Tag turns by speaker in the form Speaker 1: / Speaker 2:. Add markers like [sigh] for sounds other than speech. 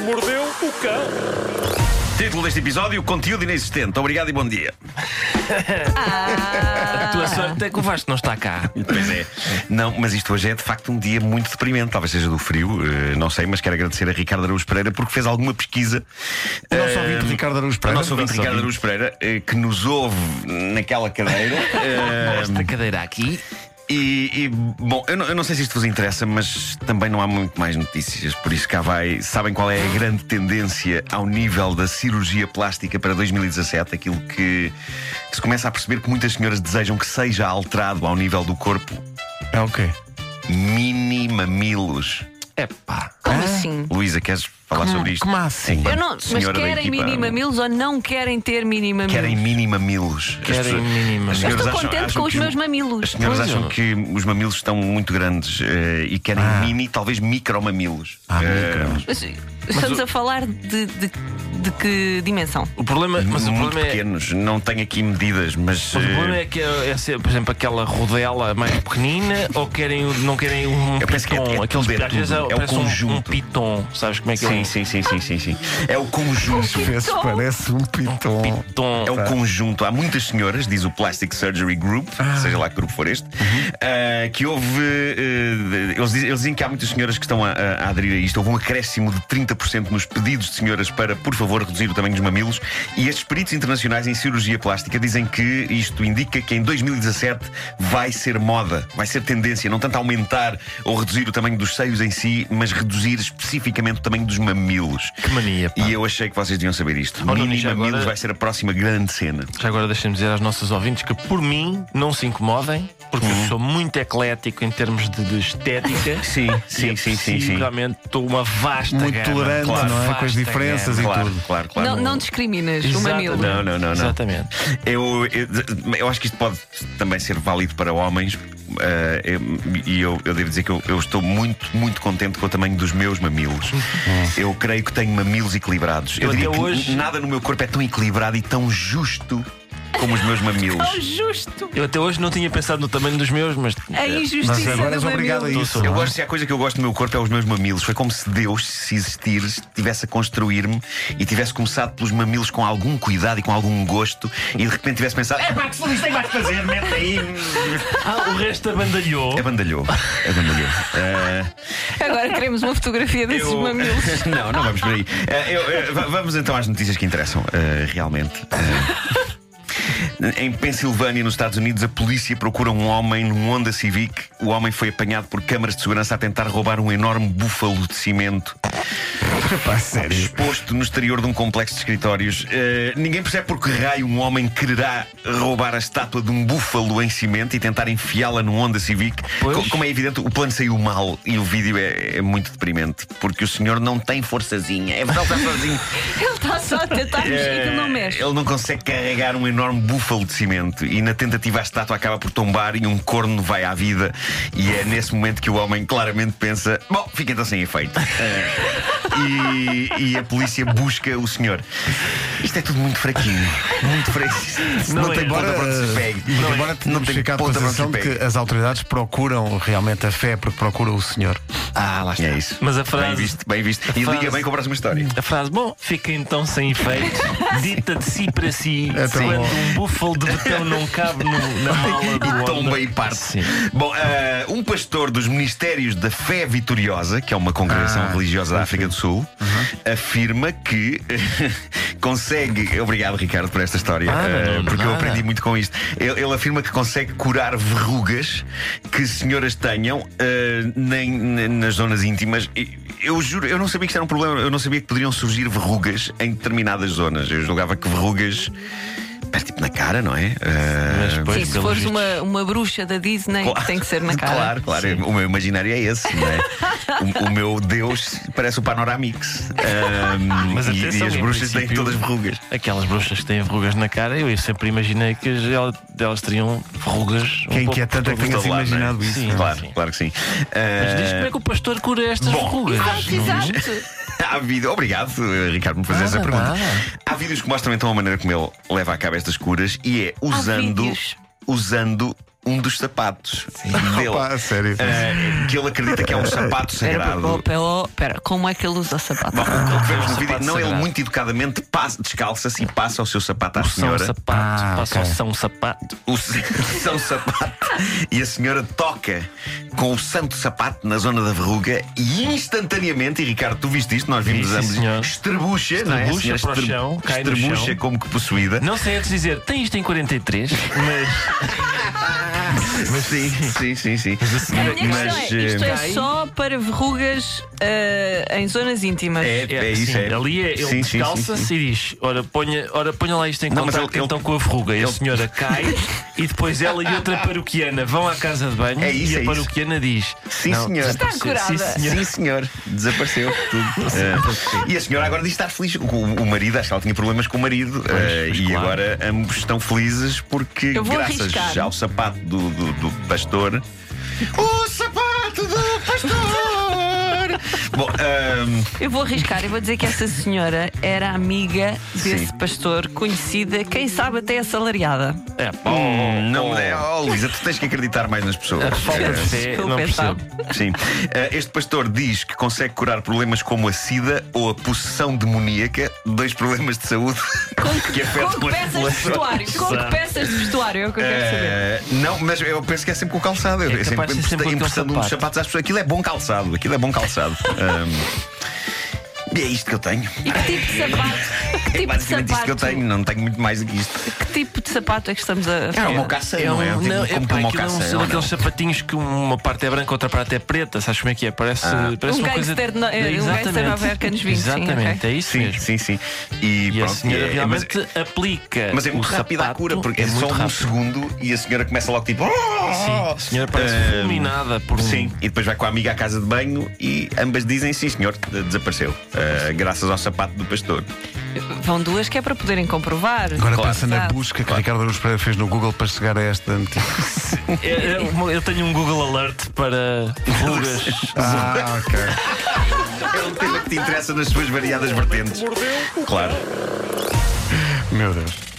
Speaker 1: o cão.
Speaker 2: Título deste episódio: Conteúdo inexistente. Obrigado e bom dia.
Speaker 3: A tua sorte é que o Vasco não está cá.
Speaker 2: Pois é. Não, mas isto hoje é de facto um dia muito deprimente. Talvez seja do frio, eh, não sei, mas quero agradecer a Ricardo Araújo Pereira porque fez alguma pesquisa. eh,
Speaker 4: O nosso ouvinte Ricardo Araújo
Speaker 2: O
Speaker 4: Pereira.
Speaker 2: nosso ouvinte Ricardo Araújo Pereira, eh, que nos ouve naquela
Speaker 4: [laughs]
Speaker 2: cadeira. eh,
Speaker 3: Esta cadeira aqui.
Speaker 2: E, e, bom, eu não, eu não sei se isto vos interessa, mas também não há muito mais notícias. Por isso cá vai. Sabem qual é a grande tendência ao nível da cirurgia plástica para 2017? Aquilo que, que se começa a perceber que muitas senhoras desejam que seja alterado ao nível do corpo.
Speaker 4: É o quê?
Speaker 2: Mini mamilos.
Speaker 3: Epá.
Speaker 2: Ah,
Speaker 5: Como assim?
Speaker 2: Luísa, queres falar sobre isto?
Speaker 4: como assim?
Speaker 2: Enquanto
Speaker 5: Eu não, mas
Speaker 2: senhora da
Speaker 5: querem
Speaker 2: equipa,
Speaker 5: mini mamilos ou não querem ter mini mamilos?
Speaker 2: Querem mini mamilos. As
Speaker 3: Querem
Speaker 2: pessoas- as
Speaker 3: mini mamilos. Eu
Speaker 5: Eu
Speaker 2: senhoras
Speaker 5: estou
Speaker 2: acham-
Speaker 5: contente
Speaker 2: acham
Speaker 5: com os
Speaker 2: que o-
Speaker 5: meus
Speaker 2: As
Speaker 5: mamilos.
Speaker 2: senhoras
Speaker 3: Pois,
Speaker 2: acham
Speaker 3: eu-
Speaker 2: que os mamilos estão muito grandes eh, e querem
Speaker 3: Ah.
Speaker 2: mini, talvez micromamilos.
Speaker 4: Ah,
Speaker 2: Eh,
Speaker 4: micro.
Speaker 5: Mas, estamos
Speaker 3: o-
Speaker 5: a falar de, de, de que dimensão?
Speaker 3: O problema, mas o
Speaker 2: muito
Speaker 3: problema é.
Speaker 2: pequenos, não tenho aqui medidas, mas.
Speaker 3: Mas o
Speaker 2: eh,
Speaker 3: problema é que é, é ser, por exemplo, aquela rodela mais pequenina ou querem, o- não querem um
Speaker 2: Eu penso que é-
Speaker 3: piton?
Speaker 2: é
Speaker 3: Aqueles
Speaker 2: tudo, é
Speaker 3: às vezes
Speaker 2: tudo. É o
Speaker 3: parece um- um,
Speaker 2: conjunto.
Speaker 3: piton, sabes como é que é?
Speaker 2: Sim,
Speaker 3: um
Speaker 2: sim, sim, sim, sim, sim. É o conjunto.
Speaker 4: Esse parece um piton.
Speaker 3: Piton.
Speaker 2: É o conjunto. Há muitas senhoras, diz o Plastic Surgery Group,
Speaker 3: Ah.
Speaker 2: seja lá que grupo for este, ah, que houve. eh, eles, dizem, eles dizem que há muitas senhoras que estão a, a- a aderir a isto. Houve um acréscimo de 30% nos pedidos de senhoras para, por favor, reduzir o tamanho dos mamilos. E estes peritos internacionais em cirurgia plástica dizem que isto indica que em 2017 vai ser moda, vai ser tendência, não tanto aumentar ou reduzir o tamanho dos seios em si, mas reduzir especificamente o tamanho dos mamilos.
Speaker 3: Que mania, pá.
Speaker 2: E eu achei que vocês deviam saber isto.
Speaker 3: Oh, Nuno,
Speaker 2: Mini
Speaker 3: já
Speaker 2: Mamilos
Speaker 3: agora-
Speaker 2: vai ser a próxima grande cena.
Speaker 3: Já agora deixem-me dizer aos nossos ouvintes que, por mim, não se incomodem, porque eu sou muito eclético em termos de, de estética.
Speaker 2: Sim, [laughs]
Speaker 3: E
Speaker 2: sim, sim,
Speaker 3: é
Speaker 2: sim,
Speaker 3: preciso,
Speaker 2: sim.
Speaker 3: Realmente estou uma vasta
Speaker 4: Muito
Speaker 3: gama,
Speaker 4: tolerante,
Speaker 3: claro,
Speaker 4: não é? Com as
Speaker 3: vasta
Speaker 4: diferenças
Speaker 3: gama.
Speaker 4: e
Speaker 2: Claro,
Speaker 4: tudo.
Speaker 2: claro, claro.
Speaker 5: Não, não discriminas o
Speaker 3: Exato.
Speaker 5: mamilo.
Speaker 2: Não, não, não, não.
Speaker 3: Exatamente.
Speaker 2: Eu, eu, eu acho que isto pode também ser válido para homens. eh, eu- e eu, eu devo dizer que eu, eu estou muito, muito contente com o tamanho dos meus mamilos. eu creio que tenho mamilos equilibrados. Hum. Eu,
Speaker 3: Eu
Speaker 2: diria
Speaker 3: até
Speaker 2: que
Speaker 3: hoje-
Speaker 2: nada no meu corpo é tão equilibrado e tão justo como os meus mamilos.
Speaker 5: Tão Oh, justo!
Speaker 3: Eu até hoje não tinha pensado no tamanho dos meus, mas.
Speaker 5: A
Speaker 4: Mas
Speaker 5: injustiça
Speaker 2: é
Speaker 4: agora és
Speaker 5: do
Speaker 4: obrigado a
Speaker 5: mamilo.
Speaker 4: isso.
Speaker 2: Eu
Speaker 4: não é?
Speaker 2: gosto, se há coisa que eu gosto do meu corpo é os meus mamilos. Foi como se Deus, se existir, tivesse a construir-me e tivesse começado pelos mamilos com algum cuidado e com algum gosto e de repente tivesse pensado: é pá, que feliz tem mais que fazer, mete aí.
Speaker 3: Ah, o resto abandalhou.
Speaker 2: Abandalhou,
Speaker 5: [laughs]
Speaker 2: abandalhou. Eh,
Speaker 5: Agora queremos uma fotografia desses
Speaker 2: eu-
Speaker 5: mamilos.
Speaker 2: [laughs] não, não vamos por aí. Eh, eu, eh, va- vamos então às notícias que interessam, eh, realmente. Eh, Em Pensilvânia, nos Estados Unidos, a polícia procura um homem num Honda Civic. O homem foi apanhado por câmaras de segurança a tentar roubar um enorme búfalo de cimento.
Speaker 4: Pá, sério.
Speaker 2: exposto no exterior de um complexo de escritórios. Eh, ninguém percebe por que raio um homem quererá roubar a estátua de um búfalo em cimento e tentar enfiá-la num Honda Civic.
Speaker 3: Pois.
Speaker 2: Co- como é evidente, o plano saiu mal e o vídeo é, é muito deprimente, porque o senhor não tem forçazinha. É verdade, está sozinho.
Speaker 5: [laughs] Ele está só a tentar mexer e aquilo não mexe.
Speaker 2: É, Ele não consegue carregar um enorme búfalo de cimento e na tentativa a estátua acaba por tombar e um corno vai à vida. E é nesse momento que o homem claramente pensa: Bom, fica então sem efeito. Eh, e, e a polícia busca o senhor. Isto é tudo muito fraquinho. Muito fraquinho. Não,
Speaker 3: é.
Speaker 2: tem
Speaker 4: Embora,
Speaker 2: ponta para onde se pegue.
Speaker 4: não embora
Speaker 2: Não é
Speaker 4: tenhamos
Speaker 2: tem
Speaker 4: ficado com a
Speaker 2: ponta para onde se
Speaker 4: sensação de
Speaker 2: pegue.
Speaker 4: que as autoridades procuram realmente a fé porque procuram o senhor.
Speaker 3: Ah, lá está.
Speaker 2: É isso.
Speaker 3: Mas a frase.
Speaker 2: Bem visto, bem visto. E
Speaker 3: frase-
Speaker 2: liga bem com a próxima história.
Speaker 3: A frase, bom, fica então sem efeito, dita de si para si,
Speaker 4: É tão
Speaker 3: quando
Speaker 4: bom.
Speaker 3: um búfalo de botão não cabe no- na mala do
Speaker 2: e tomba
Speaker 3: Honda.
Speaker 2: e parte.
Speaker 3: Sim.
Speaker 2: Bom, ah, um pastor dos Ministérios da Fé Vitoriosa, que é uma congregação
Speaker 3: Ah,
Speaker 2: religiosa da África do Sul,
Speaker 3: Uhum.
Speaker 2: afirma que [laughs] consegue. Obrigado, Ricardo, por esta história,
Speaker 3: Nada,
Speaker 2: ah,
Speaker 3: Nuno,
Speaker 2: porque eu
Speaker 3: nada.
Speaker 2: aprendi muito com isto. Ele, ele afirma que consegue curar verrugas que senhoras tenham ah, nem, nem nas zonas íntimas. E Eu juro, eu não sabia que isto era um problema, eu não sabia que poderiam surgir verrugas em determinadas zonas. Eu julgava que verrugas. Mas tipo na cara, não é? Ah,
Speaker 3: Mas depois,
Speaker 5: Sim, se
Speaker 3: pelos
Speaker 5: fores
Speaker 3: vistos,
Speaker 5: uma, uma bruxa da Disney, tem que
Speaker 2: [laughs]
Speaker 5: ser na cara.
Speaker 2: Claro, claro. O meu imaginário é esse, não é? o, o meu Deus parece o Panoramix. Ahm,
Speaker 3: [laughs] Mas
Speaker 2: e,
Speaker 3: atenção,
Speaker 2: e as
Speaker 3: em
Speaker 2: bruxas têm
Speaker 3: princípio-
Speaker 2: todas verrugas.
Speaker 3: Aquelas bruxas que têm verrugas na cara, eu sempre imaginei que as- ela- elas teriam verrugas. um
Speaker 4: Quem
Speaker 3: pouco
Speaker 4: que é tanto
Speaker 3: por
Speaker 4: é que tenha
Speaker 3: todo
Speaker 4: se
Speaker 2: lado,
Speaker 4: imaginado
Speaker 2: não é?
Speaker 4: isso.
Speaker 3: Sim.
Speaker 4: não é?
Speaker 2: Claro,
Speaker 3: sim.
Speaker 2: claro que sim.
Speaker 3: Mas
Speaker 2: Ah,
Speaker 3: diz como é que o pastor cura estas
Speaker 2: Bom,
Speaker 3: verrugas.
Speaker 5: Exato, exato.
Speaker 2: Ah, Há vídeo. Obrigado, eh, Ricardo, por fazer
Speaker 3: Nada,
Speaker 2: essa pergunta.
Speaker 3: nada.
Speaker 2: Há então vídeos é um dos sapatos dele.
Speaker 4: Opa, a sério.
Speaker 2: Eh, que ele acredita
Speaker 3: [laughs]
Speaker 2: que é um sapato
Speaker 5: Pera,
Speaker 2: sagrado.
Speaker 5: pera, como é que ele usa sapato?
Speaker 2: Bom, o que vemos
Speaker 3: Ah,
Speaker 2: no vídeo,
Speaker 3: sapato
Speaker 2: não, ele
Speaker 3: sagrado.
Speaker 2: muito educadamente passa- descalça-se e passa o seu sapato à
Speaker 3: São
Speaker 2: senhora.
Speaker 3: sapato,
Speaker 4: Ah,
Speaker 3: passa
Speaker 4: ok.
Speaker 3: o são sapato.
Speaker 2: o se- [laughs] são sapato e a senhora toca com o santo sapato na zona da verruga e instantaneamente, e Ricardo, tu viste isto, nós vimos
Speaker 3: Vi, sim,
Speaker 2: ambos,
Speaker 3: senhor.
Speaker 2: estrebucha, não é? A
Speaker 3: Estrebucha
Speaker 2: senhora
Speaker 3: para o
Speaker 2: estre-
Speaker 3: chão, cai no
Speaker 2: estrebucha
Speaker 3: chão.
Speaker 2: como que
Speaker 3: [laughs]
Speaker 2: possuída.
Speaker 3: Não sei antes dizer, tem isto em 43, mas
Speaker 2: Mas sim, sim, sim, sim.
Speaker 5: A minha questão
Speaker 2: Mas,
Speaker 5: é, isto
Speaker 2: eh,
Speaker 5: é só para verrugas ah, em zonas íntimas.
Speaker 2: É, é isso,
Speaker 3: sim,
Speaker 2: é.
Speaker 3: ali
Speaker 2: Sim,
Speaker 3: é,
Speaker 2: sim,
Speaker 3: ele
Speaker 2: sim, sim.
Speaker 3: descalça-se e diz: ora ponha, ora, ponha lá isto em
Speaker 2: Não, mas
Speaker 3: contacto
Speaker 2: ele-
Speaker 3: então
Speaker 2: ele-
Speaker 3: com a verruga. E a
Speaker 2: [laughs]
Speaker 3: senhora cai e depois ela e outra paroquiana vão à casa de banho
Speaker 2: É isso,
Speaker 3: e a
Speaker 2: é isso.
Speaker 3: paroquiana diz:
Speaker 2: Sim,
Speaker 3: "Não,
Speaker 2: senhora.
Speaker 5: Está curada.
Speaker 3: Sim, senhora.
Speaker 2: Sim, senhor, desapareceu tudo.
Speaker 3: É.
Speaker 2: Eh, e a senhora agora diz estar feliz. O, o marido, acho que ela tinha problemas com o marido. eh,
Speaker 3: mas
Speaker 2: e
Speaker 3: claro.
Speaker 2: agora ambos estão felizes porque,
Speaker 5: Eu vou
Speaker 2: graças
Speaker 5: arriscar.
Speaker 2: ao sapato do, do- do pastor. O sapato do pastor! Bom, ehm, ahm,
Speaker 5: Eu vou arriscar, eu vou dizer que essa senhora era amiga desse
Speaker 2: Sim.
Speaker 5: pastor, conhecida, quem sabe até assalariada.
Speaker 3: É, pá,
Speaker 2: hum, não
Speaker 3: oh.
Speaker 2: me é. Oh, Luísa, tu tens que acreditar mais nas pessoas.
Speaker 3: A falta de
Speaker 2: Eh,
Speaker 3: fé,
Speaker 5: Desculpa,
Speaker 3: não
Speaker 5: então.
Speaker 3: percebo.
Speaker 2: Sim. Eh, Este pastor diz que consegue curar problemas como a sida ou a possessão demoníaca, dois problemas de saúde que
Speaker 5: Com que
Speaker 2: afetam as
Speaker 5: peças de
Speaker 2: pessoas.
Speaker 5: vestuário? Com que
Speaker 3: Exato.
Speaker 5: peças de vestuário? É o que eu quero saber.
Speaker 2: Eh, não, mas eu penso que é sempre com o calçado. Eu
Speaker 3: É capaz
Speaker 2: sempre
Speaker 3: de ser sempre
Speaker 2: empresta-
Speaker 3: com aquele
Speaker 2: emprestando uns
Speaker 3: sapato.
Speaker 2: sapatos às pessoas. Aquilo é bom calçado, aquilo é bom
Speaker 3: [laughs]
Speaker 2: calçado. Ahm, e é isto que eu tenho.
Speaker 5: E que tipo de sapato? Que
Speaker 2: É
Speaker 5: tipo de
Speaker 2: basicamente isto que eu tenho,
Speaker 5: sapato?
Speaker 2: não tenho muito mais do que isto.
Speaker 5: Que tipo de sapato é que estamos a
Speaker 2: É uma
Speaker 5: falar?
Speaker 2: mocaça,
Speaker 3: É um-
Speaker 2: não é? Eu tenho
Speaker 3: não, é
Speaker 2: como
Speaker 3: pá,
Speaker 2: uma
Speaker 3: aquilo é um-
Speaker 2: mocaça,
Speaker 3: são
Speaker 2: ou
Speaker 3: aqueles
Speaker 2: não?
Speaker 3: sapatinhos que uma parte é branca, outra parte é preta. Sabes como é que é? Parece,
Speaker 2: Ah.
Speaker 3: parece
Speaker 5: Um
Speaker 3: uma coisa.
Speaker 5: gangster no- é, um gangster
Speaker 3: Exatamente.
Speaker 5: nova-iorcano dos 20, sim,
Speaker 3: Exatamente,
Speaker 5: ok.
Speaker 3: é isso
Speaker 2: Sim,
Speaker 3: mesmo.
Speaker 2: sim, sim. E,
Speaker 3: E a
Speaker 2: pronto,
Speaker 3: senhora
Speaker 2: é- mas-
Speaker 3: realmente aplica.
Speaker 2: Mas é muito
Speaker 3: o
Speaker 2: rápida a
Speaker 3: sapato,
Speaker 2: cura, porque é,
Speaker 3: muito
Speaker 2: só um
Speaker 3: rápido.
Speaker 2: segundo e a senhora começa logo tipo.
Speaker 3: Sim, a senhora parece
Speaker 2: Ahm,
Speaker 3: fulminada por um-
Speaker 2: Sim, e depois vai com a amiga à casa de banho e ambas dizem sim, senhor, de- desapareceu. Ah, graças ao sapato do pastor.
Speaker 5: Vão duas que é para poderem comprovar.
Speaker 4: Agora
Speaker 2: Claro.
Speaker 4: pensa na
Speaker 5: Exato.
Speaker 4: busca que Ricardo Aruz Pereira fez no Google para chegar a esta notícia.
Speaker 2: [laughs]
Speaker 3: Eu, eu- eu tenho um Google Alert [laughs] para rugas.
Speaker 4: Ah, ok.
Speaker 2: É um tema que te interessa nas suas variadas vertentes. Claro.
Speaker 4: Meu Deus.